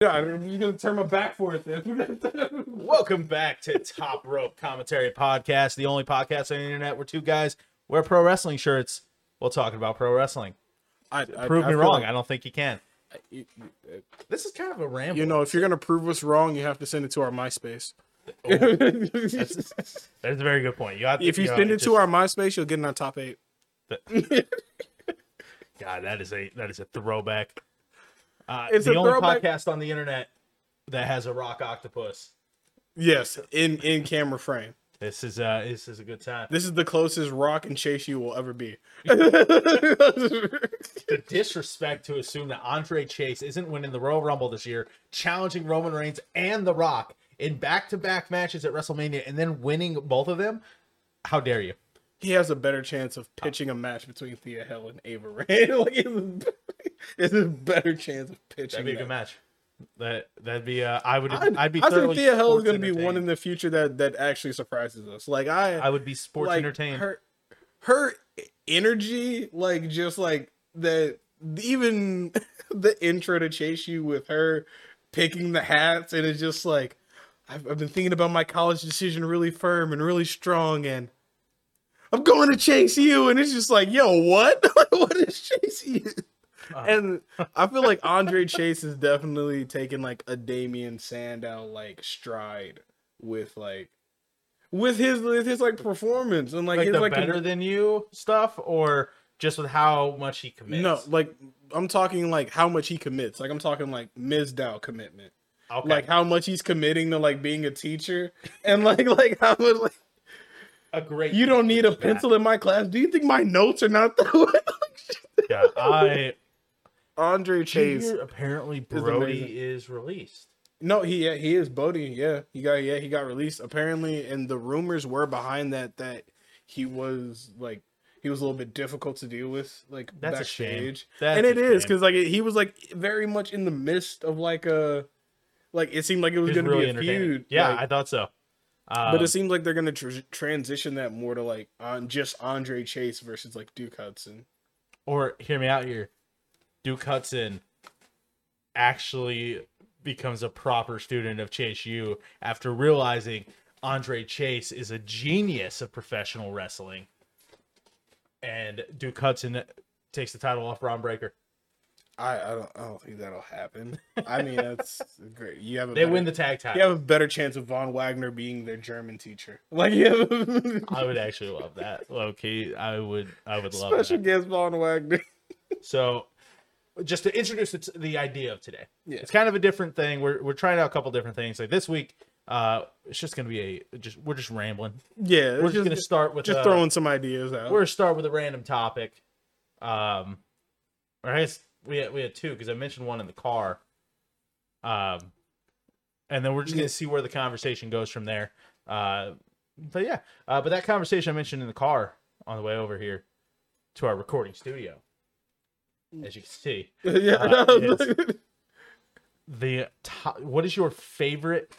Yeah, I'm just gonna turn my back for it. Then. Welcome back to Top Rope Commentary Podcast, the only podcast on the internet where two guys wear pro wrestling shirts while talking about pro wrestling. I, Prove I me feel wrong. like I don't think you can. you- you- This is kind of a ramble. you know, if you're gonna prove us wrong, you have to send it to our MySpace. that's a very good point. You have to, If you know, send it to just- our MySpace, you'll get in our top eight. God, that is a that is a throwback. Uh, It's the a only throwback. podcast on the internet that has a rock octopus. Yes, in in camera frame. This is uh this is a good time. This is the closest Rock and Chase you will ever be. The disrespect to assume that Andre Chase isn't winning the Royal Rumble this year, challenging Roman Reigns and The Rock in back-to-back matches at WrestleMania, and then winning both of them. How dare you? He has a better chance of pitching a match between Thea Hell and Ava Ray. like it's, it's a better chance of pitching. That'd be a good that. match. That that'd be. Uh, I would. I'd, I, be. I thoroughly think Thea Hell is sports going to be one entertained. in the future that that actually surprises us. Like I, I would be sports like, entertained. Her, her energy, like just like the even the intro to chase you with her picking the hats, and it's just like I've, I've been thinking about my college decision really firm and really strong, and I'm going to chase you, and it's just like, yo, what? what is chase you? Uh. And I feel like Andre Chase is definitely taking like a Damian Sandow like stride with like with his with his like performance and like, like his the like better than you stuff, or just with how much he commits. no like I'm talking like how much he commits like I'm talking like Mizdow commitment okay. like how much he's committing to like being a teacher and like like how much like a great. you don't need a Matt. pencil in my class do you think my notes are not that way Yeah, I. Andre Chase Junior, apparently, Brody amazing. is, released. No, he yeah, he is Bodie. Yeah, he got yeah he got released apparently, and the rumors were behind that that he was like he was a little bit difficult to deal with like That's a shame. backstage, That's and it a is shame. because like he was like very much in the midst of like a like it seemed like it was He's going to really be a entertaining. feud. Yeah, like, I thought so. Um, but it seems like they're going to tr- transition that more to like on just Andre Chase versus like Duke Hudson. or hear me out here. Duke Hudson actually becomes a proper student of Chase U after realizing Andre Chase is a genius of professional wrestling. And Duke Hudson takes the title off Ron Breaker. I I don't I don't think that'll happen. I mean that's great. You have a They better- win the tag title. You have a better chance of Von Wagner being their German teacher. Like you have I would actually love that. Low key, I would I would love special that. guest Von Wagner. So just to introduce it to the idea of today. Yeah. It's kind of a different thing. We're we're trying out a couple different things. Like this week, uh it's just gonna be a just we're just rambling. Yeah, We're just, gonna start with just uh, throwing some ideas out. we're gonna start with a random topic. Um or I guess we had we had two because I mentioned one in the car. Um and then we're just gonna see where the conversation goes from there. Uh but yeah. Uh but that conversation I mentioned in the car on the way over here to our recording studio. As you can see. yeah, uh, the top, what is your favorite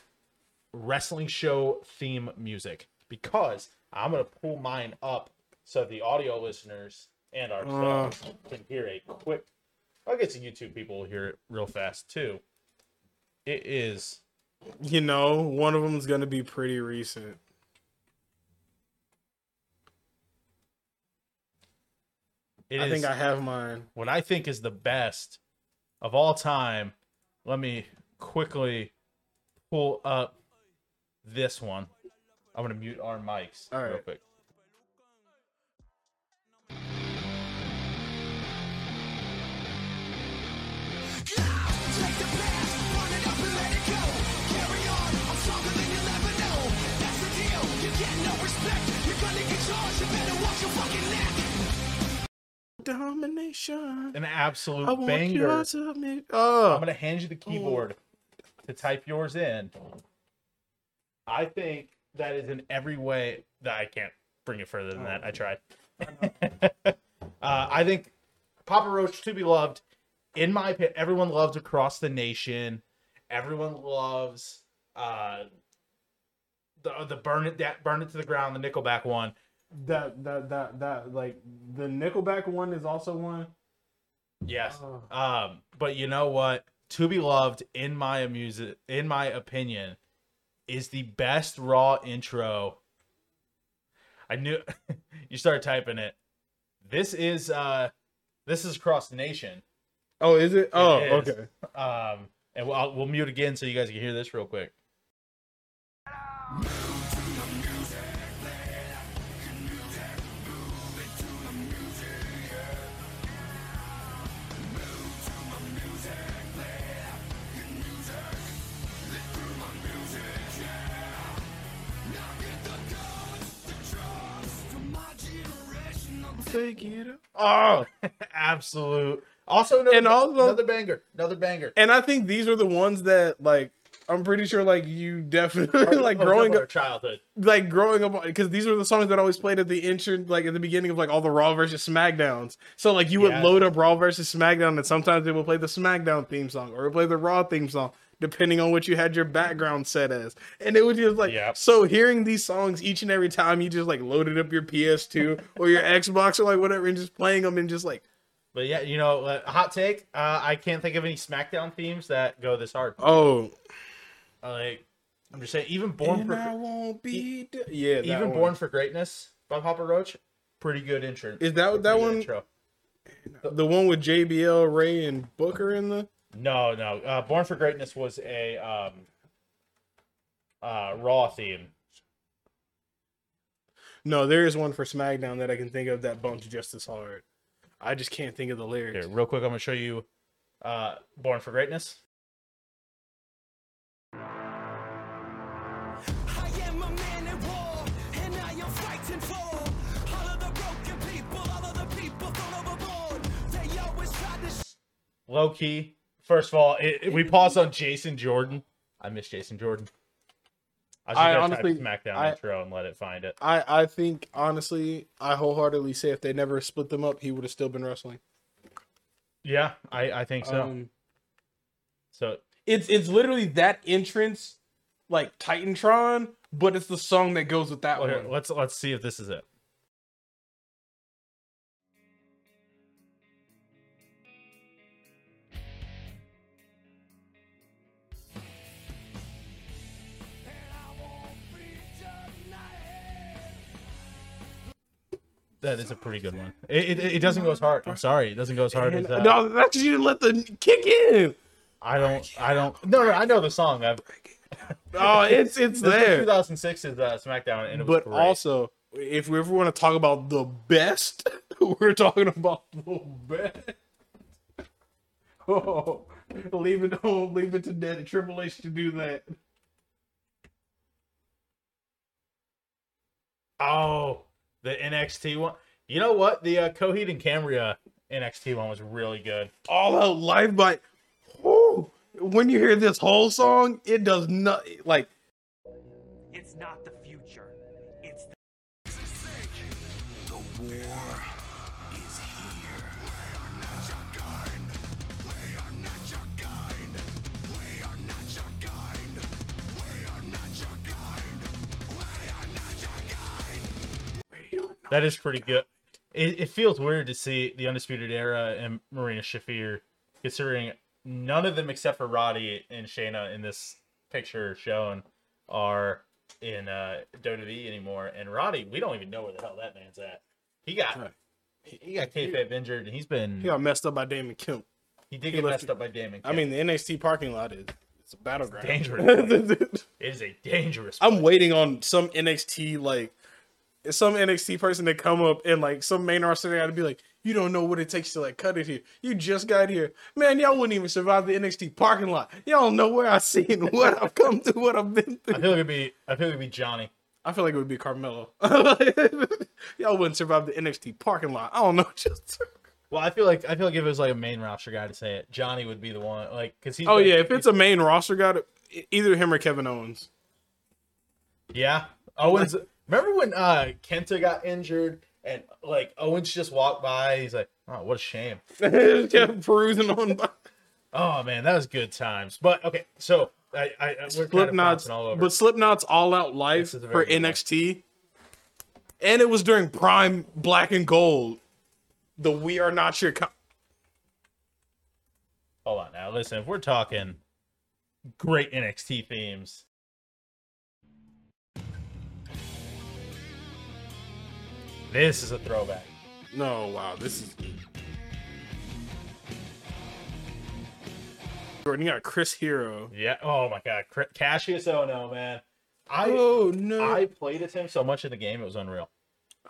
wrestling show theme music? Because I'm gonna pull mine up so the audio listeners and ourselves can hear a quick. I guess the YouTube people will hear it real fast too. It is you know, one of them's gonna be pretty recent. it is I think I have mine. what I think is the best of all time. Let me quickly pull up this one. I'm gonna mute our mics All real right. quick. Domination. An I absolute want banger. your submit. Oh, I'm gonna hand you the keyboard to type yours in. I think that is in every way that I can't bring it further than that. I tried. uh, I think Papa Roach to be loved. In my opinion, everyone loves across the nation. Everyone loves uh, the the burn it that burn it to the ground. The Nickelback one. that that that that like the Nickelback one Oh. is also one. Yes. Um, but you know what? To Be Loved, in my music, in my opinion, is the best raw intro. I knew you started typing it. This is uh this is Cross the Nation. Oh, is it? Oh, is. okay. Um and we'll, I'll, we'll mute again so you guys can hear this real quick. Take it up. Oh, absolute. Also another, And also- another banger. Another banger. And I think these are the ones that like I'm pretty sure like you definitely like Oh, growing our up childhood. like growing up because these were the songs that always played at the intro like at the beginning of like all the Raw versus SmackDowns. So like you would Yeah. load up Raw versus SmackDown and sometimes they would play the SmackDown theme song or play the Raw theme song depending on what you had your background set as. And it was just like Yep. so hearing these songs each and every time you just like loaded up your PS2 or your Xbox or like whatever and just playing them and just like But yeah, you know, uh, hot take. Uh, I can't think of any SmackDown themes that go this hard. oh Like, I'm just saying, even Born and I for E- won't be d- yeah that even one. Born for Greatness by Papa Roach, pretty good intro. Is that that pretty good one Intro. the one with JBL, Ray, and Booker in the? No, no. Uh, Born for Greatness was a um, uh, Raw theme. No, there is one for SmackDown that I can think of that bumps just as hard. I just can't think of the lyrics. Here, real quick, I'm gonna show you uh, Born for Greatness. I am a man at war, and I am fighting for all of the broken people, all of the people thrown overboard. They always try to. Sh- Low key. First of all, it, it- we paused on Jason Jordan. I miss Jason Jordan. I was just I gonna type honestly- SmackDown I- intro and let it find it. I I think honestly, I wholeheartedly say if they never split them up, he would have still been wrestling. Yeah, I, I think so. Um, so it's it's literally that entrance, like Titantron, but it's the song that goes with that Here, one. let's let's see if this is it. That is a pretty good one. It, it, it doesn't go as hard. I'm sorry, it doesn't go as hard as that. No, that's you didn't let the kick in. I don't. I don't. No, no, I know the song. I've, Oh, it's it's this was there. 2006 is uh, SmackDown, and it was but great. also if we ever want to talk about the best we're talking about the best Oh, leave it oh, home, leave it to Ned Triple H to do that. Oh, the NXT one. You know what? The uh, Coheed and Cambria NXT one was really good. all out live by Whew. when you hear this whole song it does not like it's not the future. It's the. That is pretty good. It, it feels weird to see the Undisputed Era and Marina Shafir, considering none of them except for Roddy and Shayna in this picture shown are in uh, WWE anymore. And Roddy, we don't even know where the hell that man's at. He got Right. he got kayfabe injured, and he's been he got messed up by Damon Kim he did get left- messed up by Damon. I mean the NXT parking lot is it's a battleground dangerous. it is a dangerous. I'm waiting on some NXT like some NXT person to come up and like some main roster guy to be like, you don't know what it takes to like cut it here. You just got here, man. Y'all wouldn't even survive the NXT parking lot. Y'all don't know where I've seen, what I've come through, what I've been I through. feel like it'd be I feel like it'd be Johnny. I feel like it would be Carmelo. Y'all wouldn't survive the NXT parking lot. I don't know. Just Well, I feel like I feel like if it was like a main roster guy to say it, Johnny would be the one. Like, cause he's oh like- yeah, if it's a main roster guy, to- either him or Kevin Owens. yeah, Owens. remember when uh Kenta got injured and like Owens just walked by? He's like, oh, what a shame. Kept perusing on. by- Oh man, that was good times. But okay, so I I I- we're kind of Slipknot's, bouncing all over. but Slipknot's All Out Life This is a for very good one. NXT, and it was during Prime Black and Gold. The We Are Not Your. Co- Hold on now. Listen, if we're talking great NXT themes, this is a throwback. No, wow, this is. Jordan, you got Chris Hero. Yeah. Oh my God, Cr- Cassius Ono, man. I oh no! I played as him so much in the game, it was unreal.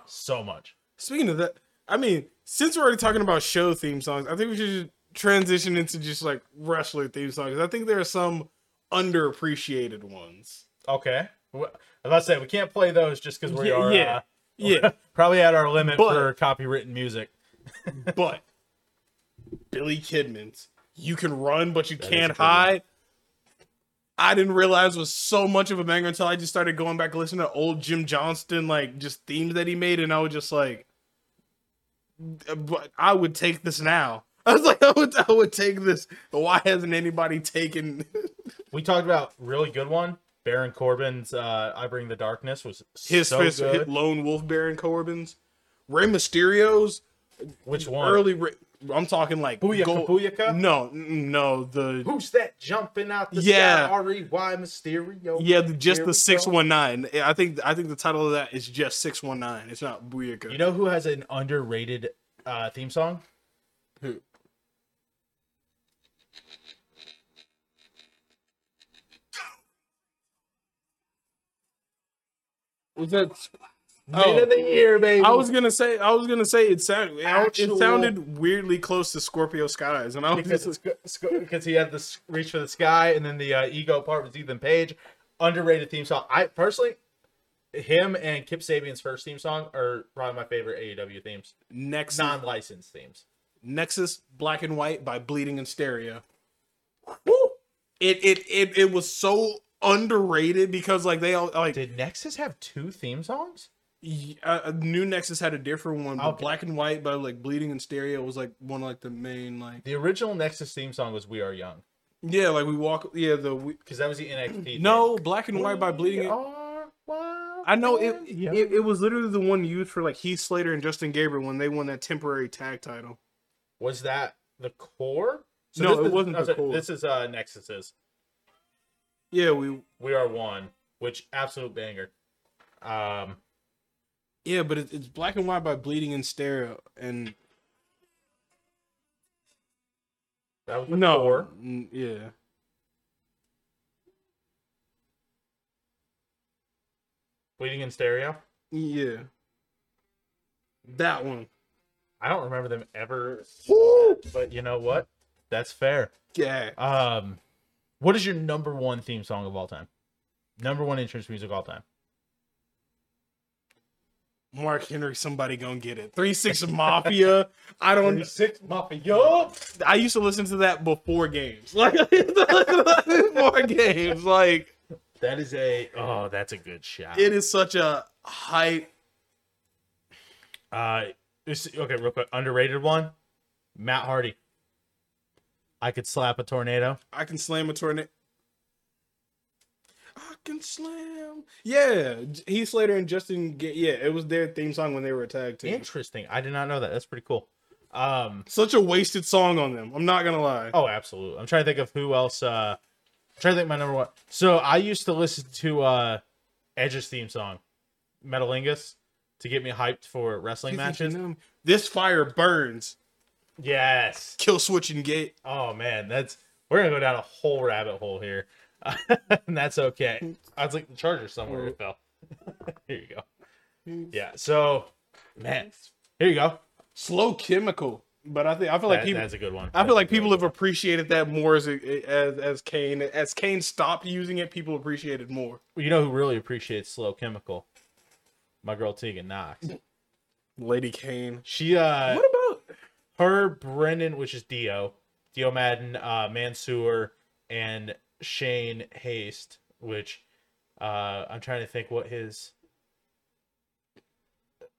So much. Speaking of that, I mean, since we're already talking about show theme songs, I think we should transition into just like wrestler theme songs. I think there are some underappreciated ones. Okay. Wh- I was about to say we can't play those just because we Yeah, are yeah. uh, Yeah, probably at our limit But- for copywritten music. but Billy Kidman's "You Can Run But You is a Can't good one. Hide." I didn't realize was so much of a banger until I just started going back and listening to old Jim Johnston like just themes that he made, and I was just like, uh, "But I would take this now." I was like, "I would, I would take this." Why hasn't anybody taken We talked about really good one. Baron Corbin's uh, "I Bring the Darkness" was his so fist good. hit lone wolf Baron Corbin's, Rey Mysterio's Which one? early. Re- I'm talking like Booyaka, booyaka? No, n- no, the Who's that jumping out the Yeah. sky? R E Y Mysterio. yeah, the, just Here the we go. six one nine. I think I think the title of that is just six one nine. It's not Booyaka. You know who has an underrated uh, theme song? Who? was that? Oh. Man of the year, baby. I was gonna say I was gonna say it sounded it Actual- sounded weirdly close to Scorpio Skies, and I was because just, it's go- it's go- because he had this reach for the sky, and then the uh, ego part was Ethan Page. Underrated theme song. I personally, him and Kip Sabian's first theme song are probably my favorite AEW themes, Nexus non-licensed themes. Nexus Black and White by Bleeding in Stereo. Woo! It it it it was so underrated because like they all like Did Nexus have two theme songs? y- uh, New Nexus had a different one, but Okay. Black and White by like Bleeding in Stereo was like one of, like the main like The original Nexus theme song was "We Are Young" yeah like we walk yeah the we, because that was the NXT. theme. no Black and White by We Bleeding. In- are wild I know it, and young. it. It was literally the one used for like Heath Slater and Justin Gabriel when they won that temporary tag title. was that the core. No, this it is- wasn't I'm the sorry, core. This is uh, Nexus's. Yeah, we We are one, which absolute banger. Um, Yeah, but it, it's black and white by bleeding in stereo, and that was the no, core. n- mm, yeah, Bleeding in Stereo. yeah, that one. I don't remember them ever, but you know what? That's fair. Yeah, Um, what is your number one theme song of all time? Number one entrance music of all time. Mark Henry, somebody gonna get it. Three Six Mafia. I don't. Six Mafia. Yo! I used to listen to that before games, like before games. Like That is a oh, that's a good shot. it is such a hype. Uh, this okay, real quick, underrated one. Matt Hardy. I could slap a tornado. I can slam a tornado. I can slam. Yeah, J- Heath Slater and Justin. Ga- yeah, it was their theme song when they were a tag team. Interesting. I did not know that. That's pretty cool. Um, such a wasted song on them. I'm not gonna lie. Oh, absolutely. I'm trying to think of who else. Uh, I'm trying to think my number one. So I used to listen to uh, Edge's theme song, Metalingus, to get me hyped for wrestling matches. This fire burns. Yes. Kill switch and gate. Oh man, that's we're gonna go down a whole rabbit hole here, and that's okay. I was like the charger somewhere it fell. here you go. Yeah. So, man, here you go. Slow chemical. But I think I feel like That- people. that's a good one. I feel That's like a good people one. have appreciated that more as as as Kane as Kane stopped using it. People appreciated more. You know who really appreciates slow chemical? My girl Tegan Knox. Lady Kane. She uh. What about her, Brendan, which is Dio, Dio Madden, uh, Mansoor, and Shane Haste, which uh, I'm trying to think what his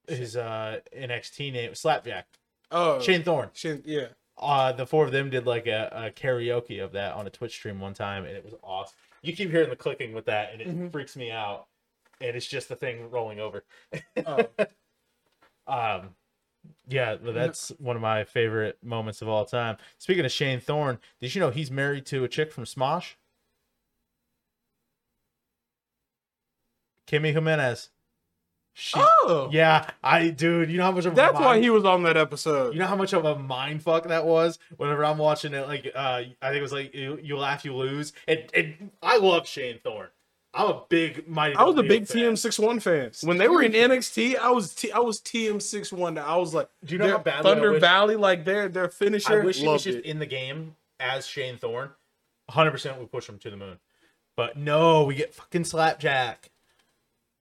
his uh, NXT name Slapjack oh Shane Thorne. Shane- yeah. Uh, the four of them did like a, a karaoke of that on a Twitch stream one time, and it was awesome. You keep hearing the clicking with that, and it freaks me out. And it's just the thing rolling over. Oh. Um, Yeah, but that's one of my favorite moments of all time. Speaking of Shane Thorne, did you know he's married to a chick from Smosh? Kimmy Jimenez. She, Oh, Yeah, I dude, you know how much of a that's why mind- he was on that episode. you know how much of a mind fuck that was whenever I'm watching it. Like, uh, I think it was like you, you laugh, you lose. And, and I love Shane Thorne. I'm a big mighty. I was a Ducks big fan. TM61 fan. When they were in NXT, I was T- I was TM61. I was like, Do you know their how badly I Thunder wish- Valley, like their their I finisher? wish he was loved just it. in the game as Shane Thorne. 100 percent would push him to the moon. But no, we get fucking slapjack.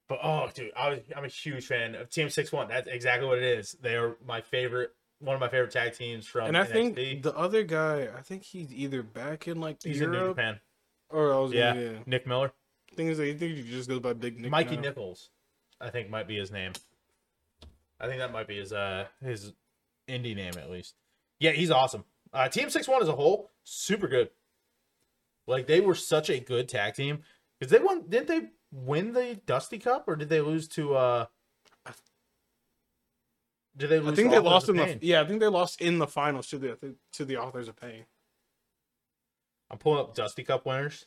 But oh, dude, I was, I'm a huge fan of Team Six One. That's exactly what it is. They are my favorite, one of my favorite tag teams from. And I NXT. think the other guy, I think he's either back in like he's in New Europe Japan. or I was Yeah, yeah. yeah. Nick Miller, Things like, I think he just goes by Big Nick. Mikey now. Nichols, I think might be his name. I think that might be his uh his indie name at least. Yeah, he's awesome. Uh, team Six One as a whole, super good. Like they were such a good tag team because they won. Didn't they win the Dusty Cup or did they lose to? uh Did they? Lose I think they Authors lost of in the Pain? yeah. I think they lost in the finals to the I think, to the Authors of Pain. I'm pulling up Dusty Cup winners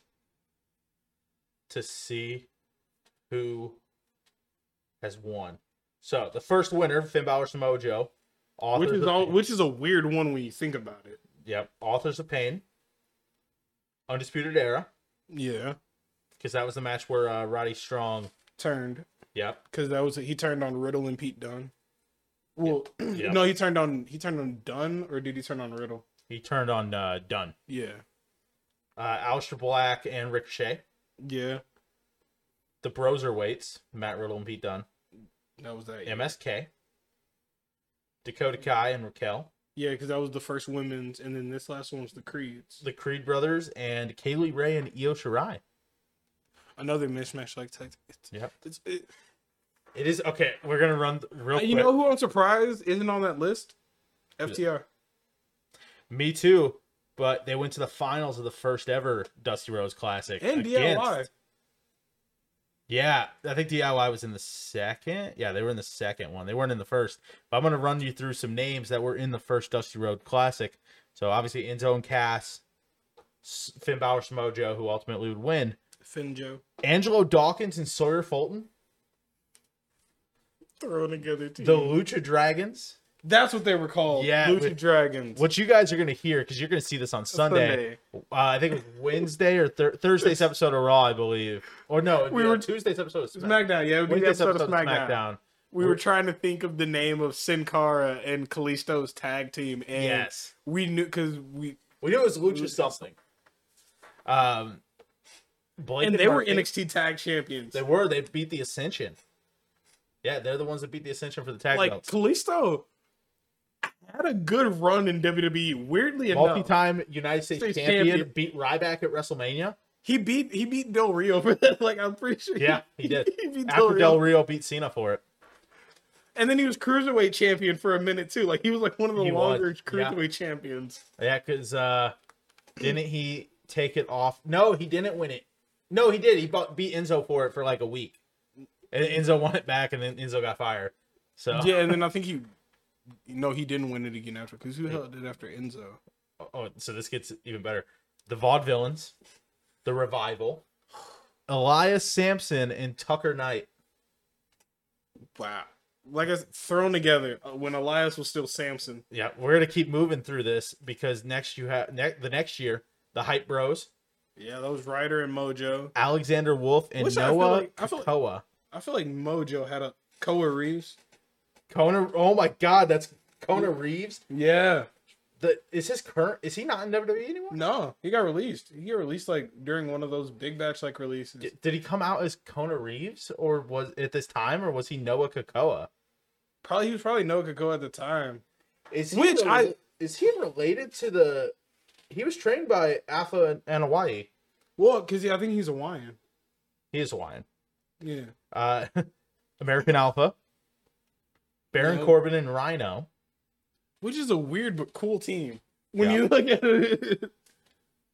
to see who has won. So the first winner, Finn Balor Samoa Joe, authors which is of all, Pain- which is a weird one when you think about it. yep, authors of pain, undisputed era, Yeah, because that was the match where uh, Roddy Strong, turned yep, because that was he turned on Riddle and Pete Dunne. Well, Yeah. no, he turned on he turned on Dunn or did he turn on Riddle? he turned on uh, Dunn, Yeah, uh, Aleister Black and Ricochet, yeah, the Broser weights, Matt Riddle and Pete Dunn, that was that. MSK, Dakota Kai and Raquel, Yeah, because that was the first women's, and then this last one was the Creeds. the Creed brothers, and Kaylee Ray and Io Shirai. Another mismatch like tech. it's- Yep. It's, it, It is okay. We're gonna run th- real quick. you know who I'm surprised isn't on that list? FTR. Me too. But they went to the finals of the first ever Dusty Rose Classic And against- DIY. Yeah, I think DIY was in the second. Yeah, they were in the second one. They weren't in the first. But I'm gonna run you through some names that were in the first Dusty Road Classic. So obviously Enzo and Cass, S- Finn Balor, Samoa Joe, who ultimately would win. Finn Joe. Angelo Dawkins and Sawyer Fulton, Thrown together team. the Lucha Dragons. That's what they were called. Yeah, Lucha with- Dragons. What you guys are gonna hear because you're gonna see this on Sunday. uh, I think it was Wednesday or thir- Thursday's episode of Raw, I believe, or no, We we were were- Tuesday's episode of Smack- SmackDown, yeah, we did Wednesday's episode, episode of of SmackDown. SmackDown. We were trying to think of the name of Sin Cara and Kalisto's tag team, and Yes, we knew because we we knew it was Lucha Lucha something. Um, Blake and they were Marquez- NXT tag champions. They were. They beat the Ascension. Yeah, they're the ones that beat the Ascension for the tag like belts. Kalisto had a good run in WWE. Weirdly enough, Multi-time United States States champion, champion. beat Ryback at WrestleMania. he beat he beat Del Rio for that. Like I'm pretty sure. Yeah, he did. he beat Del After Rio. Del Rio beat Cena for it. and then he was cruiserweight champion for a minute too. Like he was like one of the He was, longer yeah. cruiserweight champions. Yeah, because uh, didn't he take it off? No, he didn't win it. No, he did. He bought, beat Enzo for it for like a week, and Enzo won it back, and then Enzo got fired. So Yeah, and then I think he. No, he didn't win it again after because who held it after Enzo? oh, so this gets even better. The Vaudevillains, the Revival, Elias Sampson, and Tucker Knight. Wow. Like I s- thrown together uh, when Elias was still Samson. Yeah, we're gonna keep moving through this because next you have ne- the next year the Hype Bros, Yeah, that was Ryder and Mojo. Alexander Wolf, and Which I feel Noah like- I feel like- Kakoa. I feel like Mojo had a Koa Reeves. Kona, oh my God, that's Kona Reeves. Yeah. The is his current? Is he not in WWE anymore? No, he got released. He got released like during one of those big batch like releases. D- Did he come out as Kona Reeves, or was at this time, or was he Noah Kakoa? Probably he was probably Noah Kakoa at the time. Is he Which I- rela- is he related to the? He was trained by Alpha and Hawaii. Well, because I think he's Hawaiian. He is Hawaiian. Yeah. Uh, American Alpha, Baron Yeah. Corbin and Rhino. Which is a weird but cool team. When Yeah. you look at it.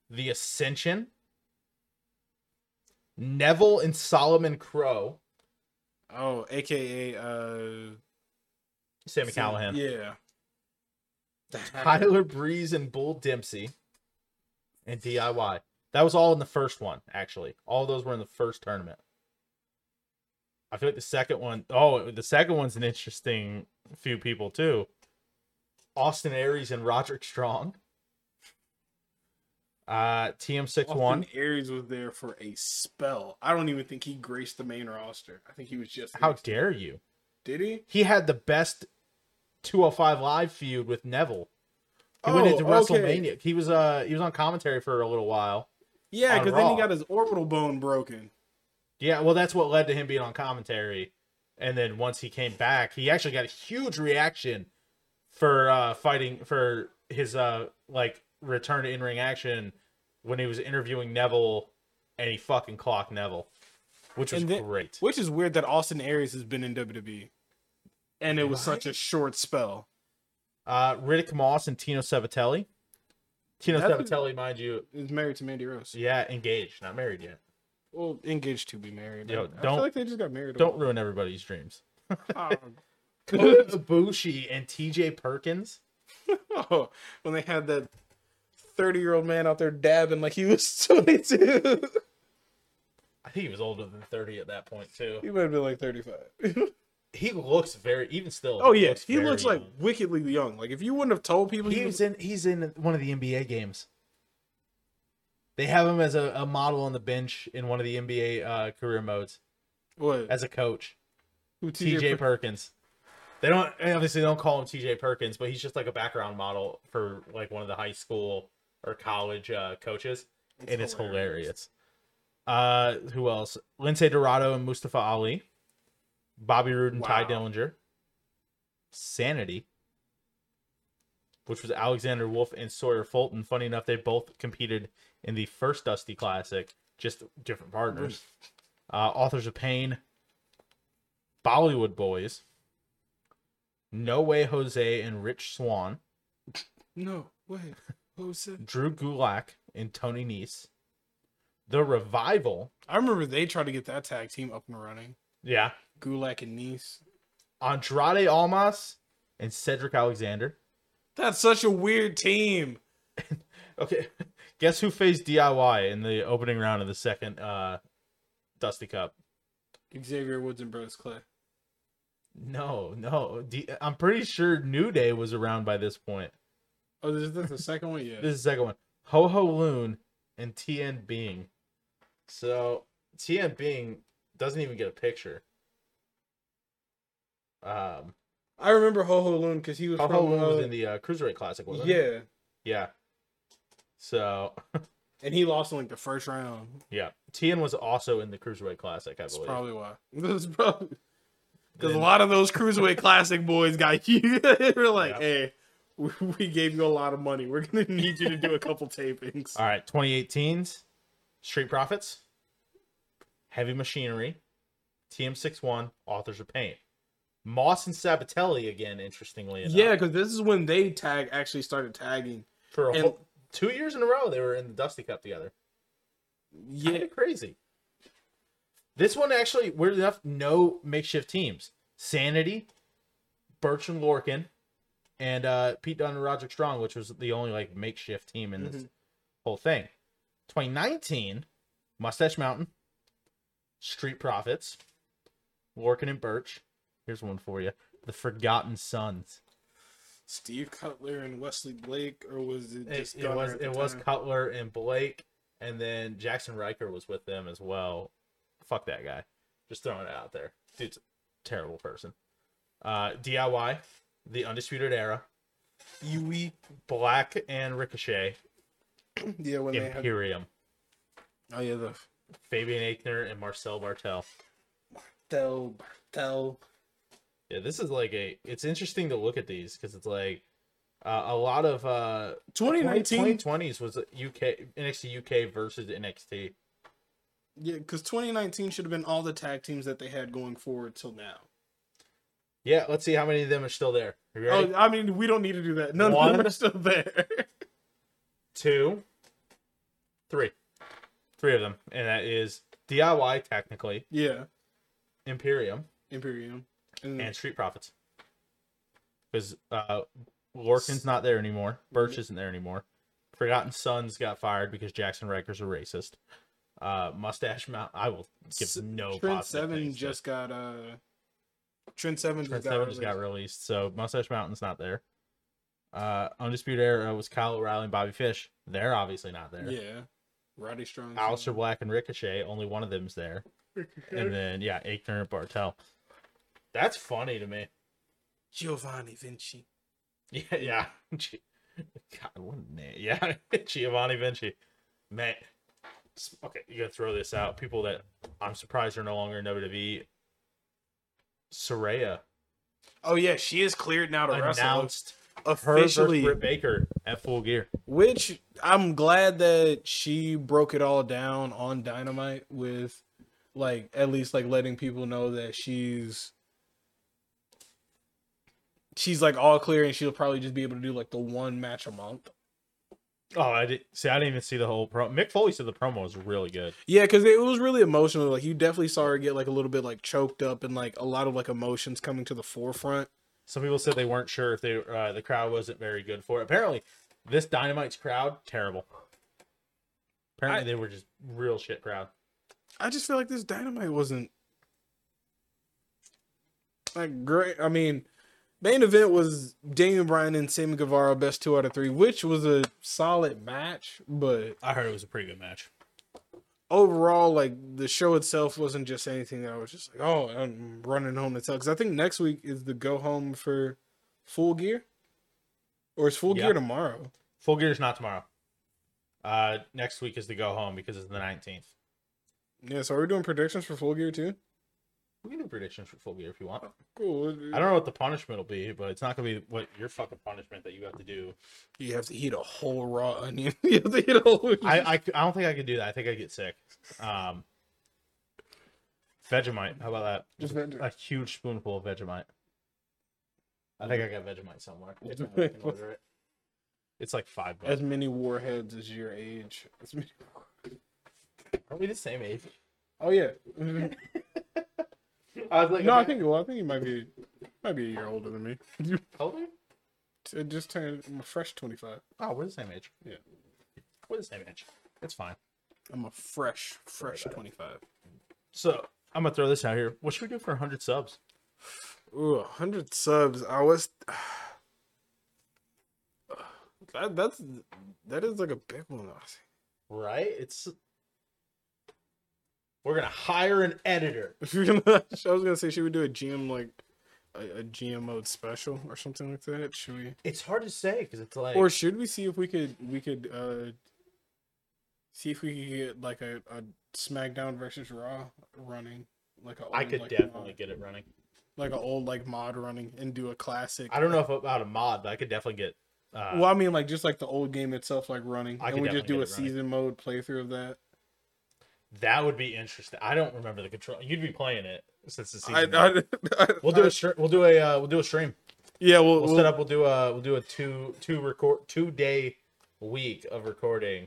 the Ascension, Neville and Solomon Crow, Oh, aka uh Sammy Callahan, Yeah. Tyler Breeze, and Bull Dempsey, and DIY. That was all in the first one, actually. All those were in the first tournament. I feel like the second one, oh, the second one's an interesting few people too. Austin Aries and Roderick Strong. Uh, TM61. Austin Aries was there for a spell. I don't even think he graced the main roster. I think he was just How dare you? did he? he had the best 205 live feud with Neville. He went Oh, into okay. WrestleMania. He was uh he was on commentary for a little while. Yeah, On because then he Raw. got his orbital bone broken. Yeah, well that's what led to him being on commentary. And then once he came back, he actually got a huge reaction for uh fighting for his uh like return to in-ring action when he was interviewing Neville and he fucking clocked Neville, which was And then- great. Which is weird that Austin Aries has been in WWE. And it was such a short spell. Uh Riddick Moss and Tino Sabatelli. Tino That's- Sabatelli, mind you, He was married to Mandy Rose. yeah, engaged, not married yet. Well, engaged to be married. Yo, I- I feel don't- like they just got married. Don't ruin everybody's dreams. Oh, Kota Ibushi and TJ Perkins. Oh, when they had that 30 year old man out there dabbing like he was 22. I think he was older than 30 at that point, too. he might have been like 35. He looks very, even still. Oh yeah, he very looks like young. wickedly young. Like if you wouldn't have told people, He he was was, in, he's in one of the NBA games. They have him as a, a model on the bench in one of the NBA uh, career modes what? as a coach. Who TJ Per- Perkins. They don't, and obviously, they don't call him TJ Perkins, but he's just like a background model for like one of the high school or college uh, coaches. It's and it's hilarious. hilarious. Uh, who else? Lindsay Dorado and Mustafa Ali, Bobby Roode and Ty Wow. Dillinger, Sanity, which was Alexander Wolf and Sawyer Fulton. Funny enough, they both competed in the first Dusty Classic, just different partners. Uh, Authors of Pain, Bollywood Boys, No Way Jose and Rich Swan, No wait, Jose. Drew Gulak and Tony Nese, The Revival. I remember they tried to get that tag team up and running. Yeah. Gulak and Nice. Andrade Almas and Cedric Alexander. That's such a weird team. Okay. Guess who faced DIY in the opening round of the second uh Dusty Cup? Xavier Woods and Bros Clay. No, no. D- I'm pretty sure New Day was around by this point. Oh, is this the second one? Yeah. This is the second one. Ho Ho Loon and TN Bing. So TN Bing doesn't even get a picture. Um, I remember Ho Ho Loon because he was Ho Ho from. Loon was uh, in the uh, Cruiserweight Classic, wasn't yeah, it? Yeah. So and he lost in like the first round. Yeah, Tian was also in the Cruiserweight Classic, I That's believe. probably why. That's probably because a Then- lot of those cruiserweight classic boys got you. they were like, Yeah. "Hey, we, we gave you a lot of money. We're gonna need you to do a couple tapings." All right, 2018's Street Profits, Heavy Machinery, TM61, Authors of Pain, Moss and Sabatelli again. Interestingly enough, Yeah, because this is when they tag actually started tagging. for a and- whole, two years in a row they were in the Dusty Cup together. Yeah, Kinda crazy. This one actually, weird enough, no makeshift teams. Sanity, Bertrand Lorkin, and uh, Pete Dunne and Roger Strong, which was the only like makeshift team in this whole thing. 2019, Mustache Mountain, Street Profits, Lorkin and Birch. Here's one for you: The Forgotten Sons. Steve Cutler and Wesley Blake, or was it It, just it Gunner was at the it was time? Cutler and Blake, and then Jackson Riker was with them as well. Fuck that guy. Just throwing it out there. Dude's a terrible person. Uh, DIY, the Undisputed Era, Yui? Black and Ricochet, Yeah, when they had Imperium, oh yeah the Fabian Aichner, and Marcel Bartel. Bartel Bartel. Yeah, this is like a. It's interesting to look at these because it's like uh, a lot of uh 2019, 2020s was UK NXT UK versus NXT. yeah, because 2019 should have been all the tag teams that they had going forward till now. Yeah, let's see how many of them are still there. You ready? Oh, I mean, we don't need to do that. None of One. them are still there. two, three, three of them, and that is DIY technically, yeah, Imperium, Imperium. And and Street Profits. because uh, Lorcan's not there anymore. Birch Mm-hmm. isn't there anymore. Forgotten Sons got fired because Jackson Rikers are racist. Uh, Mustache Mount, I will give S- no. Trent positive Seven things to- just got uh Trent Seven Trent just got, Seven just got released. released, so Mustache Mountain's not there. Uh, Undisputed Era was Kyle O'Reilly and Bobby Fish. They're obviously not there. Yeah, Roddy Strong. Alistair Black and Ricochet, only one of them's there. And then yeah, Aikner and Bartel. That's funny to me. Giovanni Vinci. Yeah, yeah. G- God, what a name. Yeah, Giovanni Vinci. Man, s- okay, you gotta throw this out. People that I'm surprised are no longer in WWE. Soraya Oh yeah, she is cleared now to wrestle announced her versus officially, Britt Baker at Full Gear. which I'm glad that she broke it all down on Dynamite with, like, at least like letting people know that she's she's like all clear and she'll probably just be able to do like the one match a month. Oh, I did see. I didn't even see the whole pro. Mick Foley said the promo was really good. Yeah, because it was really emotional. Like you definitely saw her get like a little bit like choked up and like a lot of like emotions coming to the forefront. Some people said they weren't sure if they uh, the crowd wasn't very good for it. Apparently, this Dynamite's crowd terrible. Apparently, I- they were just real shit crowd. I just feel like this dynamite wasn't like great. I mean, main event was Daniel Bryan and Sammy Guevara, best two out of three, which was a solid match, but I heard it was a pretty good match. overall, like the show itself wasn't just anything that I was just like, oh, I'm running home to tell. Because I think next week is the go home for Full Gear, or is Full Yeah. Gear tomorrow? Full Gear is not tomorrow. Uh, next week is the go home because it's the nineteenth. Yeah, so are we doing predictions for Full Gear too? We can do predictions for Full Gear if you want. Cool. I don't know what the punishment will be, but it's not gonna be what your fucking punishment that you have to do. You have to eat a whole raw onion. you have to eat a whole. I I, c- I don't think I could do that. I think I'd get sick. Um, Vegemite. How about that? Just Just Vegemite. a huge spoonful of Vegemite. I think I got Vegemite somewhere. If not, I can order it. It's like five as bucks. many warheads as your age. As many- Are we the same age? Oh yeah. Mhm. I was like, No, I think well, I think you might be might be a year older than me. older. It just turned I'm a fresh twenty five. Oh, we're the same age. Yeah. we're the same age. It's fine. I'm a fresh, fresh twenty five. So I'm gonna throw this out here. What should we do for 100 subs? Ooh, a hundred subs. I was that, that's that is like a big one. I think. Right? It's we're gonna hire an editor. If you're gonna, I was gonna say, should we do a GM like a, a GM mode special or something like that? Should we? It's hard to say because it's like or should we see if we could we could uh see if we could get like a, a SmackDown versus Raw running like a I old, could like, definitely mod, get it running. like an old like mod running and do a classic. I don't know if about a mod, but I could definitely get. Uh, well, I mean like just like the old game itself like running, I and could we just definitely do a get it running. season mode playthrough of that. That would be interesting. I don't remember the control. You'd be playing it since the I, season. I, I, we'll do I- a str- we'll do a uh, we'll do a stream. yeah. We'll, We'll, we'll- set up. We'll do a we'll do a two two record two day week of recording,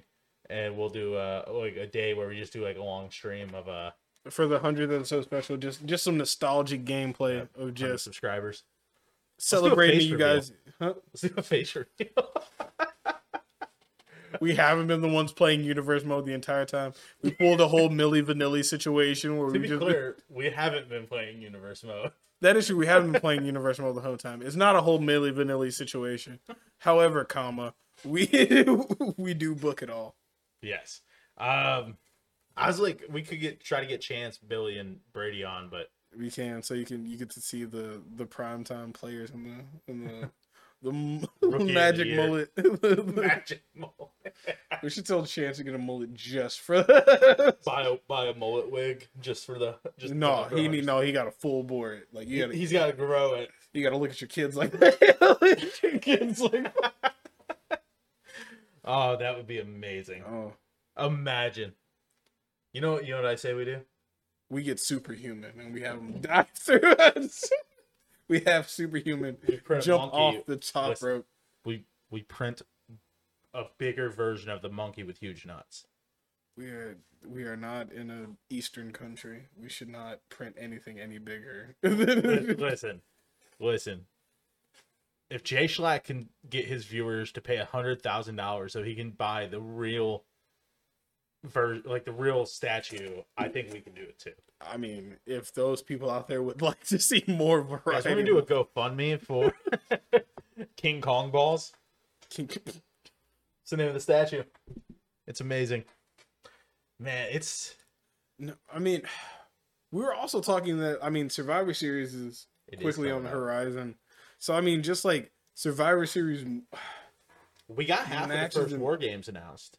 and we'll do uh like a day where we just do like a long stream of uh for the hundredth episode special. Just just some nostalgic gameplay of hundred just subscribers. celebrating face you reveal. guys. Huh? Let's do a face reveal. We haven't been the ones playing universe mode the entire time. We pulled a whole Millie Vanilli situation where to we be just clear, we haven't been playing universe mode. that issue. We haven't been playing universe mode the whole time. It's not a whole Millie Vanilli situation. However, comma we we do book it all. Yes. Um I was like we could get try to get Chance, Billy and Brady on, but We can so you can you get to see the the prime time players and the and the. The m- Rookie of the magic year. mullet. Magic Mullet. we should tell Chance to get a mullet just for that. buy a buy a mullet wig just for the just no, for the he need, growers. no, he got a full board. Like you gotta, He's got to grow it. you gotta look at your kids like that. Look at your kids like Oh, that would be amazing. Oh, Imagine. You know you know what I say we do? we get superhuman and we have them die through us. we have superhuman We print a jump monkey. off the top Listen. rope. We we print a bigger version of the monkey with huge nuts. We are we are not in an eastern country. We should not print anything any bigger. Li- listen, listen. if Jay Schlack can get his viewers to pay a hundred thousand dollars so he can buy the real ver- like the real statue, I think we can do it too. I mean, if those people out there would like to see more Guys, variety, we're gonna do a GoFundMe for King Kong balls. It's the name of the statue. It's amazing. Man, it's No, I mean, we were also talking that I mean Survivor Series is It is quickly on coming the up. horizon, so I mean, just like Survivor Series, we got half of Matches the first and- war games announced.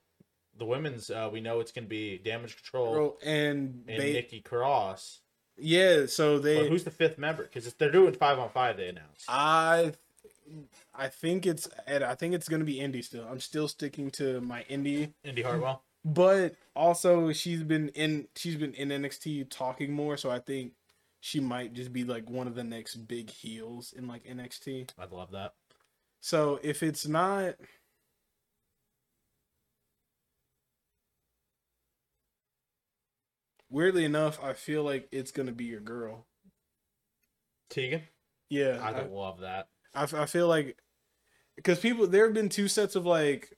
The women's, uh, we know it's gonna be Damage Control bro, and and they, Nikki Cross. yeah, so But they, who's the fifth member? Because they're doing five on five. They announced. I, I think it's, and I think it's gonna be indie still. I'm still sticking to my indie, Indy Hartwell. but also she's been in, she's been in NXT talking more, so I think she might just be like one of the next big heels in like NXT. I'd love that. So if it's not. Weirdly enough, I feel like it's going to be your girl. Tegan. Yeah. I I, would love that. I, f- I feel like. Because people, there have been two sets of like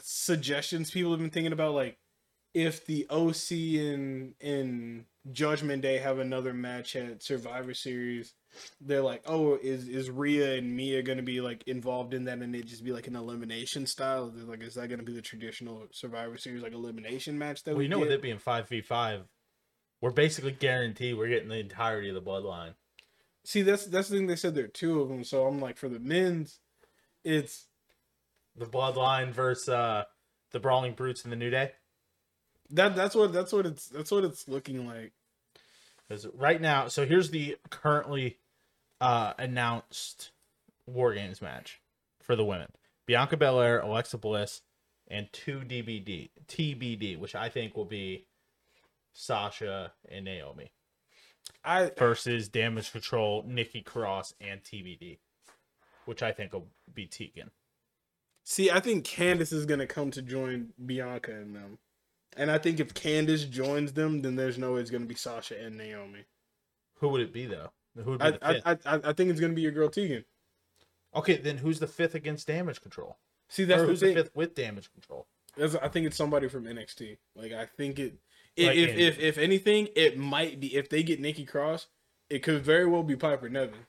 suggestions people have been thinking about. Like, if the OC and, and Judgment Day have another match at Survivor Series, they're like, oh, is is Rhea and Mia gonna be like involved in that, and it just be like an elimination style? They're like, is that gonna be the traditional Survivor Series like elimination match that Well, we you know, with get? it being five v five, we're basically guaranteed we're getting the entirety of the bloodline. See, that's that's the thing they said there are two of them, so I'm like, for the men's, it's The bloodline versus uh, the brawling brutes in the New Day. that that's what that's what it's that's what it's looking like. Because right now, so here's the currently uh, announced War Games match for the women: Bianca Belair, Alexa Bliss, and two DBD TBD, which I think will be Sasha and Naomi I versus Damage Control, Nikki Cross, and TBD, which I think will be Tegan. see, I think Candace is gonna come to join Bianca and them. And I think if Candace joins them, then there's no way it's gonna be Sasha and Naomi. Who would it be though? Who would be I the I, fifth? I I I think it's gonna be your girl Tegan. okay, then who's the fifth against Damage Control? See, that's or the who's thing. the fifth with Damage Control? That's, I think it's somebody from NXT. Like I think it. If, Like if, Andy. if if anything, it might be if they get Nikki Cross, it could very well be Piper Nevin.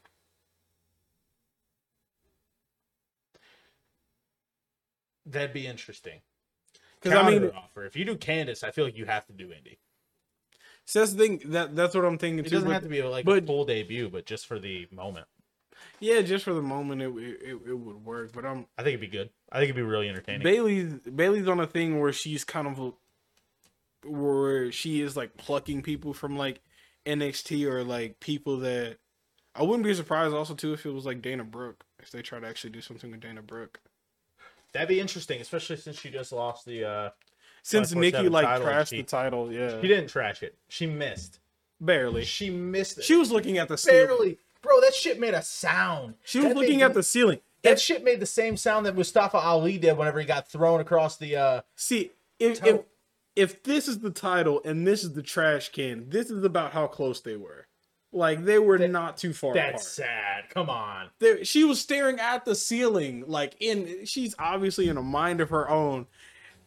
That'd be interesting. Because I mean, offer. If you do Candace, I feel like you have to do Indy. so that's the thing that that's what I'm thinking It too. doesn't but- have to be like but- a full debut, but just for the moment, yeah, just for the moment, it it, it, it would work. But I'm I think it'd be good. I think it'd be really entertaining. Bailey's Bailey's on a thing where she's kind of where she is like plucking people from like NXT or like people that I wouldn't be surprised also too if it was like Dana Brooke if they try to actually do something with Dana Brooke. That'd be interesting, especially since she just lost the. uh since 24/7 Nikki like title, trashed she- the title, yeah, She didn't trash it. She missed. barely. She missed it. She was looking at the ceiling. barely, bro. That shit made a sound. She was That looking made- at the ceiling. That shit made the same sound that Mustafa Ali did whenever he got thrown across the. uh See, if if, Tell- if this is the title and this is the trash can, this is about how close they were. Like they were not too far That's apart. sad. Come on. There, she was staring at the ceiling, like in. She's obviously in a mind of her own.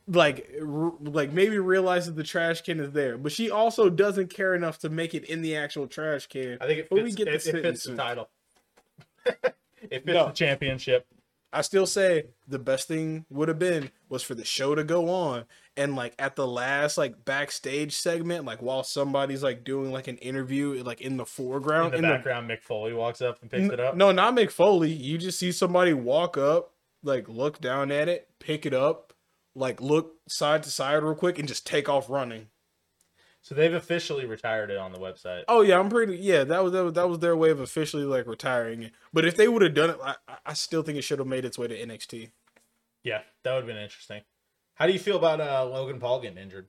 Like, r- like maybe realizes the trash can is there, but she also doesn't care enough to make it in the actual trash can. I think it But fits, it, it fits the sentence. title. it fits No. the championship. I still say the best thing would have been was for the show to go on and like at the last like backstage segment, like while somebody's like doing like an interview, like in the In foreground, the background, Mick Foley walks up and picks n- it up. No, not Mick Foley. You just see somebody walk up, like look down at it, pick it up, like look side to side real quick, and just take off running. So they've officially retired it on the website. Oh yeah, I'm pretty. Yeah, that was that was, that was their way of officially like retiring it. But if they would have done it, I, I- I still think it should have made its way to NXT. Yeah, that would have been interesting. How do you feel about uh, Logan Paul getting injured?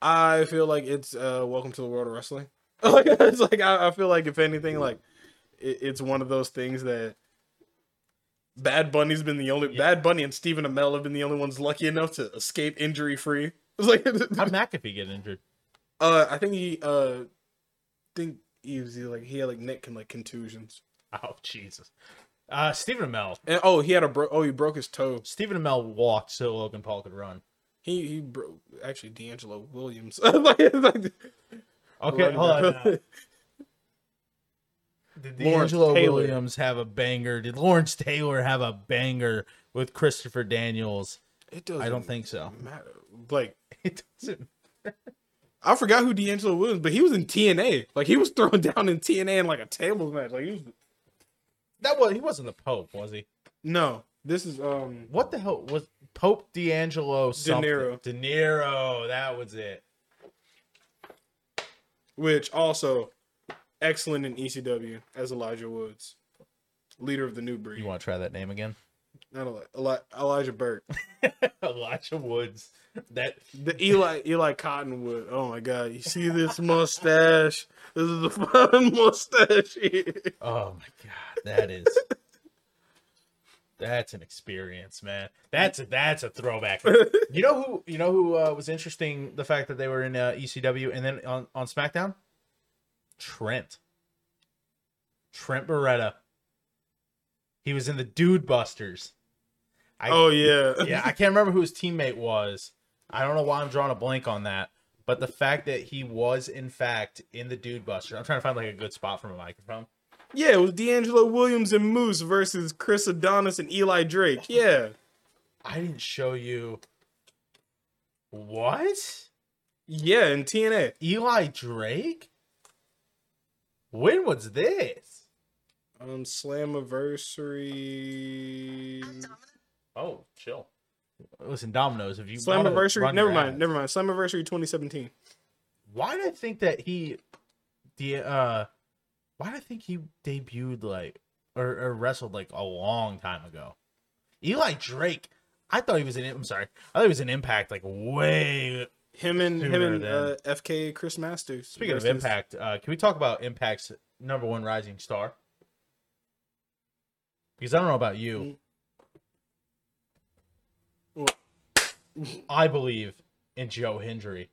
I feel like it's uh welcome to the world of wrestling. Like it's like I, I feel like if anything, like it, it's one of those things that Bad Bunny's been the only Bad Bunny and Stephen Amell have been the only ones lucky enough to escape injury free. It's like How did McAfee get injured? uh I think he uh think he was he, like he had like neck and like contusions. Oh Jesus! Uh, Stephen Amell. And, oh, he had a bro. Oh, he broke his toe. Stephen Amell walked so Logan Paul could run. He he broke. Actually, D'Angelo Williams. Like- like- Okay, hold on. now. Did Lawrence D'Angelo Taylor. Williams have a banger? Did Lawrence Taylor have a banger with Christopher Daniels? It doesn't. I don't think so. matter. Like It doesn't. I forgot who D'Angelo Williams, but he was in TNA. Like he was thrown down in TNA in like a tables match. Like he was. That was he wasn't the Pope, was he? No, this is um. What the hell was Pope D'Angelo? something? Niro. De Niro. That was it. Which also excellent in ECW as Elijah Woods, leader of the new breed. You want to try that name again? Not Eli- Eli- Elijah Burke. Elijah Woods. That The Eli Eli Cottonwood. Oh my God! You see this mustache? This is the fun mustache. Oh my god, that is that's an experience, man. That's a that's a throwback. You know who you know who uh, was interesting the fact that they were in uh, ECW and then on on SmackDown, Trent, Trent Beretta. He was in the Dude Busters. I, oh yeah. yeah, I can't remember who his teammate was. I don't know why I'm drawing a blank on that. But the fact that he was in fact in the Dude Buster, I'm trying to find like a good spot from a microphone. Yeah, it was D'Angelo Williams and Moose versus Chris Adonis and Eli Drake. Yeah. I didn't show you. What? Yeah, in TNA. Eli Drake? When was this? Um Slammiversary. Oh, chill. Listen, Domino's, if you wanna Slammiversary. run Never your mind. ads- Never mind. Slammiversary 2017. Why did I think that he, the uh, why did I think he debuted like or, or wrestled like a long time ago? Eli Drake. I thought he was in. I'm sorry. I thought he was in Impact like way Him and him Sooner and than- uh, FK Chris Masters. Speaking versus- of Impact, uh, can we talk about Impact's number one rising star? Because I don't know about you. What? I believe in Joe Hendry.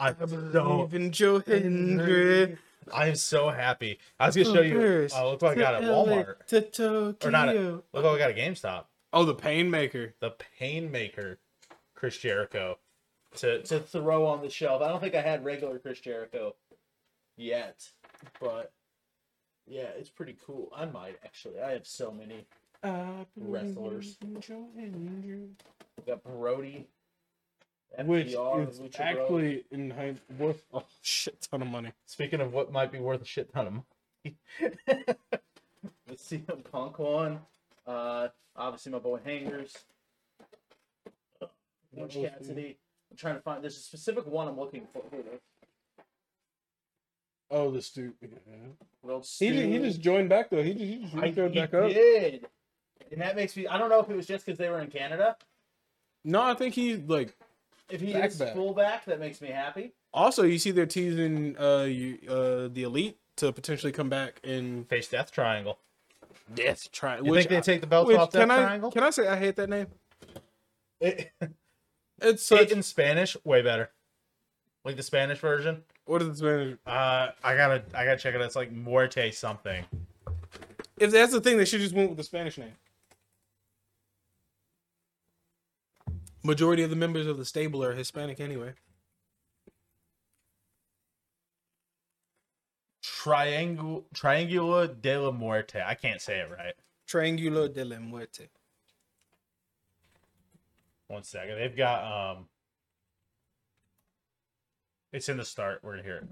I'm so, Even Joe Hendry. I am so happy. I was going to show you. Paris Uh, look what I to got at LA Walmart. to Tokyo. Or not. At, look what I got at GameStop. oh, the Painmaker. The Painmaker Chris Jericho to, to throw on the shelf. I don't think I had regular Chris Jericho yet, but yeah, it's pretty cool. I might actually. I have so many. Wrestlers. We got Brody. Which FTR, is Lucha Bros. actually in high, worth a Oh, shit ton of money. Speaking of what might be worth a shit ton of money, the CM Punk one. Uh, obviously, my boy Hangers. Orange That was Cassidy. I'm trying to find. There's a specific one I'm looking for. Here, it is. Oh, the stupid. Little He, ju- he Stu. just joined back though. He just, he just I, joined he back up. did. And that makes me. I don't know if it was just because they were in Canada. No, I think he like. If he Back is back. fullback, that makes me happy. Also, you see they're teasing uh you uh the elite to potentially come back and Face Death Triangle. death try. You think they take the belts which off Death can I Triangle? can I say I hate that name? It- It's it such. in Spanish, way better. Like the Spanish version. what is the Spanish? Uh, I gotta, I gotta check it. out. It's like Muerte something. If that's the thing, they should just went with the Spanish name. Majority of the members of the stable are Hispanic anyway. Triangle, Triangula de la Muerte. I can't say it right. Triangulo de la Muerte. One second. They've got um. It's in the start. We're gonna hear it.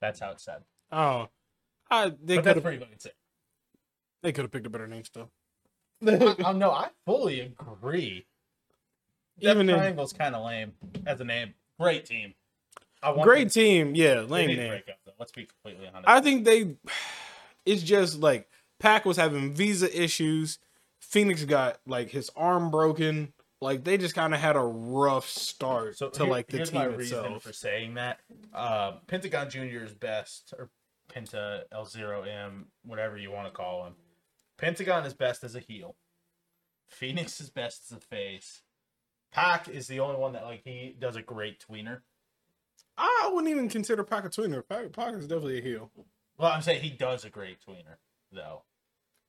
That's how it's said. Oh, I, they But could that's have pretty fucking sick. they could have picked a better name still. I, I, no, I fully agree. Death Even in- Triangle's kind of lame as a name. Great team. I want Great them- team, yeah. they Lame need to name. break up, though. Let's be completely honest. I think they. It's just like Pac was having visa issues. Phoenix got like his arm broken. Like they just kind of had a rough start So to here- like the here's my team reason itself. for saying that. Uh, Pentagon Junior is best, or Penta L Zero M, whatever you want to call him. Pentagon is best as a heel. Phoenix is best as a face. Pac is the only one that like he does a great tweener. I wouldn't even consider Pac a tweener. Pac, Pac is definitely a heel. Well, I'm saying he does a great tweener though.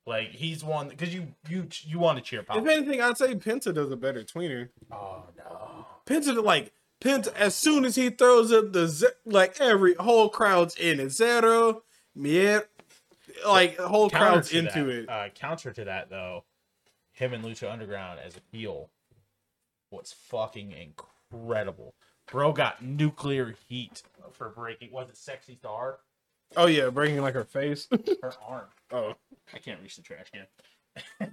Like he's one because you you you want to cheer Pop. If anything, I'd say Penta does a better tweener. Oh no. Penta like Penta as soon as he throws up the ze- like every whole crowd's in it. Zero, Mier, like whole crowd's to into that, it. Uh, counter to that though, him and Lucha Underground as a heel was fucking incredible. Bro got nuclear heat for breaking was it sexy star? oh yeah, breaking like her face. Her arm. oh, I can't reach the trash can.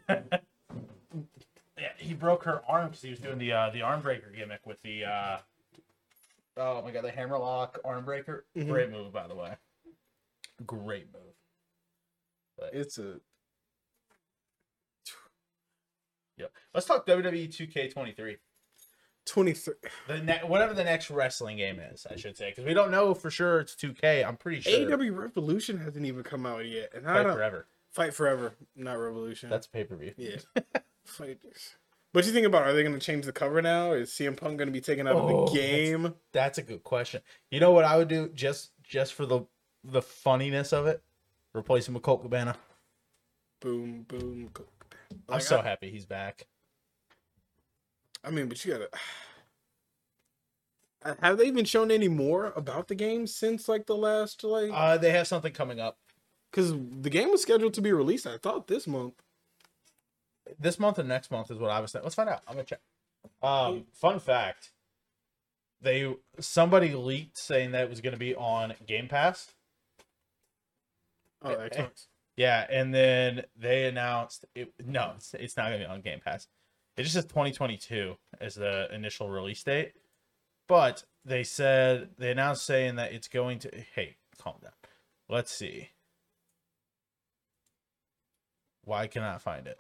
yeah, he broke her arm because he was doing the uh, the arm breaker gimmick with the uh, oh my god, the hammerlock arm breaker. Mhm. Great move, by the way. Great move. it's a Yep. Let's talk E WWE 2K23. twenty three. The ne- whatever the next wrestling game is, I should say, because we don't know for sure. It's 2K. I'm pretty sure. AEW E Revolution hasn't even come out yet, and I Fight don't forever. fight forever, not Revolution. That's pay per view. yeah. fight. What you think about? Are they going to change the cover now? Is CM Punk going to be taken out Oh, of the that's- game? That's a good question. You know what I would do just just for the the funniness of it? Replace him with Colt Cabana. Boom, boom. go- I'm Like, so I- happy he's back. I mean, but you gotta. Uh, Have they even shown any more about the game since like the last like? Uh, they have something coming up Because the game was scheduled to be released, I thought this month. this month or next month is what I was thinking. Let's find out. I'm gonna check. Um, fun fact: they somebody leaked saying that it was gonna be on Game Pass. Oh, Xbox. Yeah, and then they announced it. No, it's, it's not gonna be on Game Pass. It just says 2022 as the initial release date, but they said they announced saying that it's going to. Hey, calm down. Let's see. Why can I find it?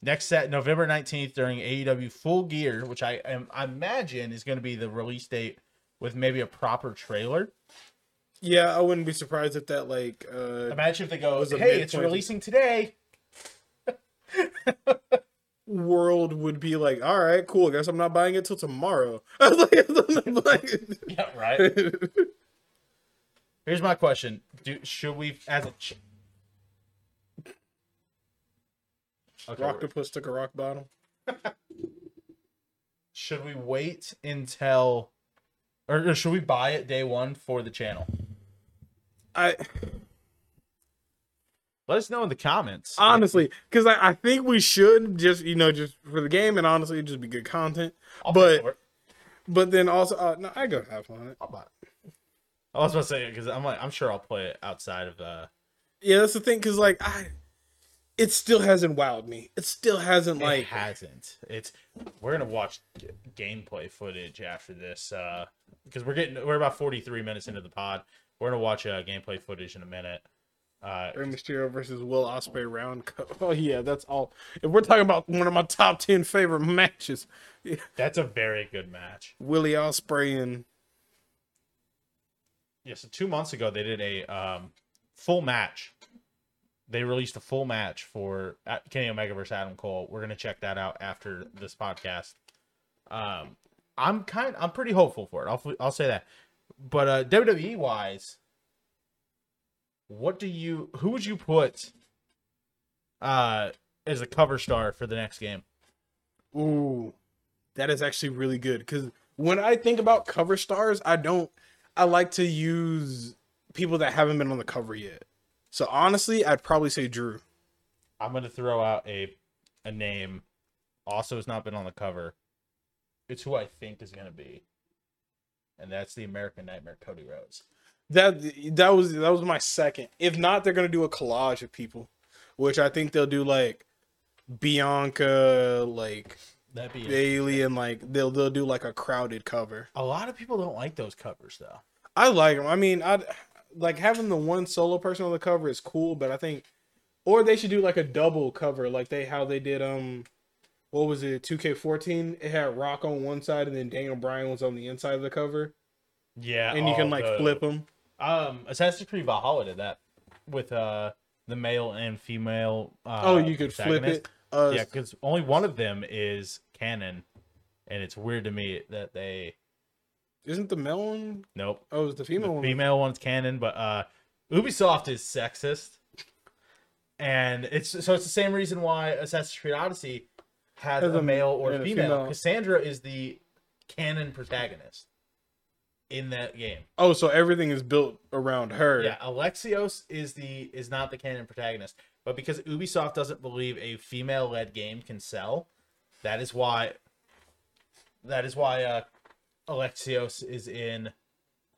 Next set November 19th during AEW Full Gear, which I am I imagine is going to be the release date with maybe a proper trailer. Yeah, I wouldn't be surprised if that like. uh Imagine if they go, was a "Hey, it's midpoint. releasing today." world would be like, all right, cool. Guess I'm not buying it till tomorrow. I was like, Yeah, right. Here's my question: Do should we as a ch- okay, we're- Octopus took a rock bottom. should we wait until, or, or should we buy it day one for the channel? I Let us know in the comments. honestly, because I, I think we should just you know just for the game and honestly it'd just be good content. I'll pay but for it. But then also, uh, no, I go half on it. I'll buy it. I was about to say because I'm like I'm sure I'll play it outside of uh, the. Yeah, that's the thing, because like I, it still hasn't wowed me. It still hasn't It like hasn't. It's we're gonna watch g- gameplay footage after this uh because we're getting we're about 43 minutes into the pod. We're gonna watch uh, gameplay footage in a minute. Uh, Rey Mysterio versus Will Osprey round. Co- oh yeah, that's all. If we're talking about one of my top ten favorite matches, that's a very good match. Willie Osprey and Yeah, so two months ago they did a um full match. They released a full match for uh, Kenny Omega versus Adam Cole. We're gonna check that out after this podcast. Um, I'm kind, I'm pretty hopeful for it. I'll, I'll say that. But uh, WWE wise, what do you? Who would you put uh as a cover star for the next game? ooh, that is actually really good. Because when I think about cover stars, I don't. I like to use people that haven't been on the cover yet. So honestly, I'd probably say Drew. I'm gonna throw out a a name. Also, has not been on the cover. It's who I think is gonna be, and that's the American Nightmare Cody Rhodes. That that was that was my second. If not, they're gonna do a collage of people, which I think they'll do like Bianca, like That'd be Bailey, and like they'll they'll do like a crowded cover. a lot of people don't like those covers though. I like them. I mean, I like having the one solo person on the cover is cool, but I think or they should do like a double cover, like they how they did um what was it 2K14? It had Rock on one side and then Daniel Bryan was on the inside of the cover, Yeah, and you can like flip them. Um, Assassin's Creed Valhalla did that with uh the male and female. Uh, oh, you could flip protagonist. it. Uh, yeah, because only one of them is canon, and it's weird to me that they Isn't the male one? Nope. Oh, it's the female The one. female one's canon, but uh, Ubisoft is sexist, and it's so it's the same reason why Assassin's Creed Odyssey has Has a a- male or yeah, female. female. Cassandra is the canon protagonist in that game. Oh, so everything is built around her. Yeah, Alexios is the is not the canon protagonist, but because Ubisoft doesn't believe a female led game can sell, that is why. That is why uh, Alexios is in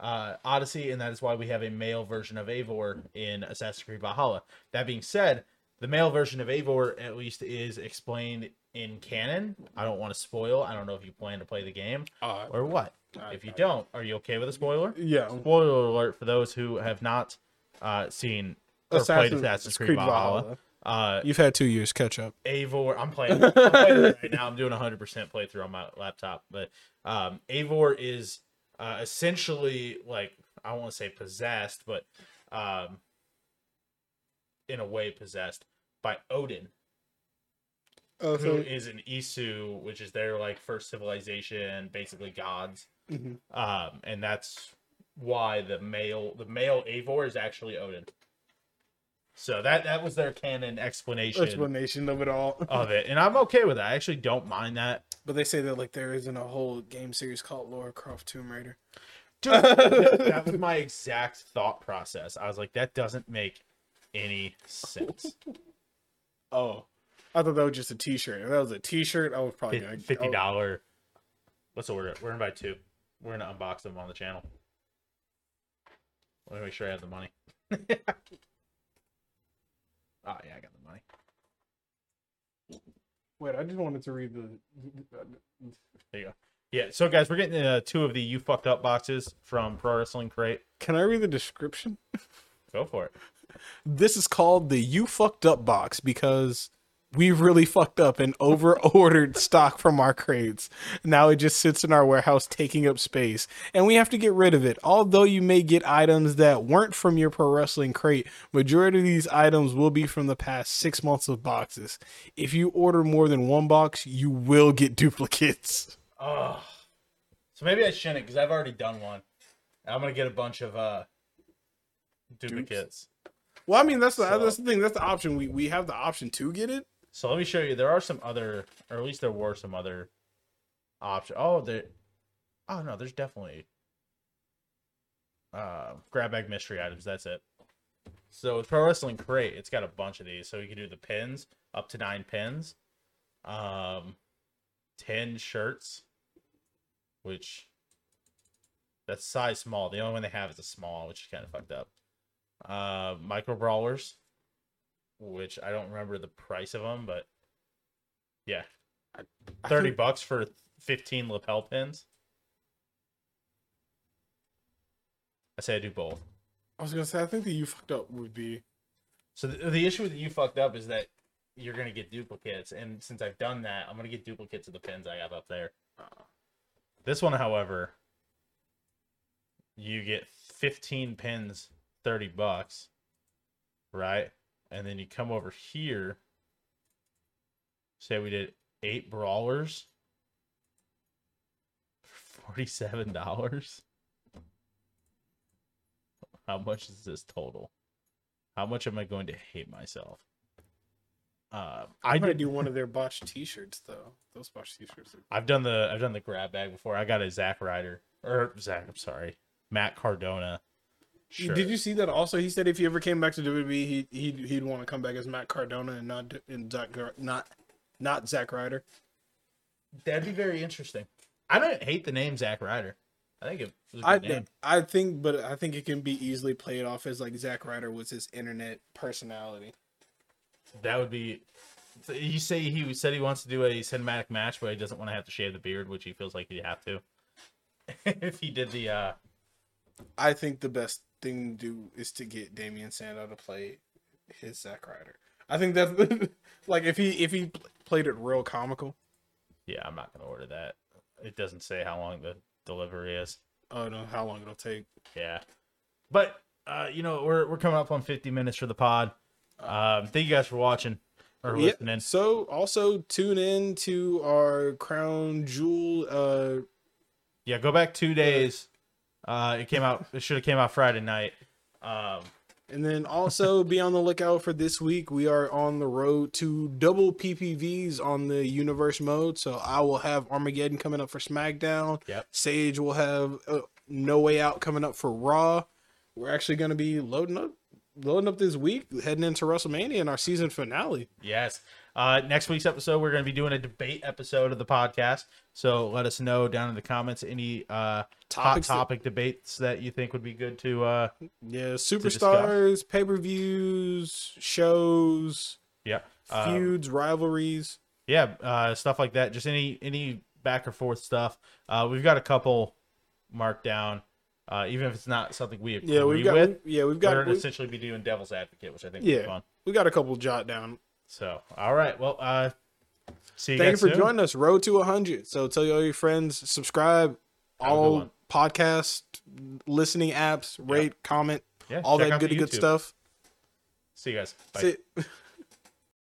uh, Odyssey, and that is why we have a male version of Eivor in Assassin's Creed Valhalla. That being said, the male version of Eivor at least is explained in canon. I don't want to spoil. I don't know if you plan to play the game Uh, or what. I- If you don't, are you okay with a spoiler? yeah. spoiler alert for those who have not uh, seen or played Assassin's Creed, Valhalla. Uh, You've had two years catch up. Eivor, I'm playing, I'm playing it right now. I'm doing a 100% playthrough on my laptop, but um, Eivor is uh, essentially like I don't want to say possessed, but um, in a way possessed by Odin, Oh, who so, is an Isu, which is their like first civilization, basically gods mhm. um, and that's why the male the male Avor is actually Odin. So that that was their canon explanation explanation of it all. of it, and I'm okay with that. I actually don't mind that. But they say that like there isn't a whole game series called Lara Croft Tomb Raider. Dude, that, that was my exact thought process. I was like, that doesn't make any sense. Oh, I thought that was just a T-shirt. If that was a T-shirt, I was probably oh. Fif- gonna- Fifty I- dollar. Let's order it. We're gonna buy two. We're gonna unbox them on the channel. Let me make sure I have the money. oh yeah, I got the money. Wait, I just wanted to read the. Yeah, so guys, we're getting uh, two of the you fucked up boxes from Pro Wrestling Crate. Can I read the description? Go for it. This is called the "You fucked up" box because we really fucked up and over ordered stock from our crates. Now it just sits in our warehouse, taking up space, and we have to get rid of it. Although you may get items that weren't from your pro wrestling crate, majority of these items will be from the past six months of boxes. If you order more than one box, you will get duplicates. Oh, so maybe I shouldn't because I've already done one. I'm gonna get a bunch of uh duplicates. Well, I mean that's the So- that's the thing. That's the option. We we have the option to get it. So let me show you. There are some other, or at least there were some other options. Oh, there. Oh no, there's definitely uh, grab bag mystery items. That's it. So with Pro Wrestling Crate, it's got a bunch of these. So you can do the pins, up to nine pins, um, ten shirts, which that's size small. The only one they have is a small, which is kind of fucked up. Uh, micro brawlers, which I don't remember the price of them, but yeah, I thirty think- bucks for fifteen lapel pins. I say I do both. I was gonna say I think the you fucked up would be So the, the issue with you fucked up is that you're gonna get duplicates, and since I've done that, I'm gonna get duplicates of the pins I have up there. This one, however, you get 15 pins, 30 bucks, right? And then you come over here. Say we did eight brawlers for $47. How much is this total? How much am I going to hate myself? Uh, I I'm gonna did do one of their botched T-shirts though. Those botched T-shirts. Are... I've done the I've done the grab bag before. I got a Zach Ryder or Zach. I'm sorry, Matt Cardona. Sure. Did you see that? Also, he said if he ever came back to WWE, he he'd, he'd want to come back as Matt Cardona and not and Zach, Gar- not not Zack Ryder. That'd be very interesting. I don't hate the name Zach Ryder. I think it was a good I name. think I think, but I think it can be easily played off as like Zack Ryder was his internet personality. That would be. You say he said he wants to do a cinematic match, but he doesn't want to have to shave the beard, which he feels like he'd have to. if he did the uh I think the best thing to do is to get Damian Sandow to play his Zack Ryder. I think that's like if he if he pl- played it real comical. yeah, I'm not gonna order that. It doesn't say how long the delivery is. Oh no, how long it'll take? Yeah. But uh, you know, we're we're coming up on 50 minutes for the pod. Um, thank you guys for watching or Yeah, listening. So also tune in to our crown jewel uh Yeah, go back two days. Uh, it came out. It should have came out Friday night. Um, And then also be on the lookout for this week. We are on the road to double PPVs on the universe mode. So I will have Armageddon coming up for SmackDown. Yep. Sage will have uh, No Way Out coming up for Raw. We're actually going to be loading up, loading up this week, heading into WrestleMania and our season finale. Yes. Uh, next week's episode, we're going to be doing a debate episode of the podcast. So let us know down in the comments any uh, hot Topics that- topic debates that you think would be good to. Uh, Yeah, superstars, pay per views, shows, yeah. Uh, feuds, rivalries. yeah. Uh, stuff like that. Just any any back or forth stuff. Uh, we've got a couple marked down. Uh, even if it's not something we agree Yeah, we've got. with, yeah, we've we're got. going to We, essentially be doing devil's advocate, which I think would be yeah, fun. we got a couple jot down. So, all right. Well, uh, see you Thank you guys for soon. joining us. Road to 100. So tell all your friends, subscribe, a good all one. podcast listening apps, rate, comment, Yeah, all check that out the good good YouTube. stuff. See you guys. Bye. That's it.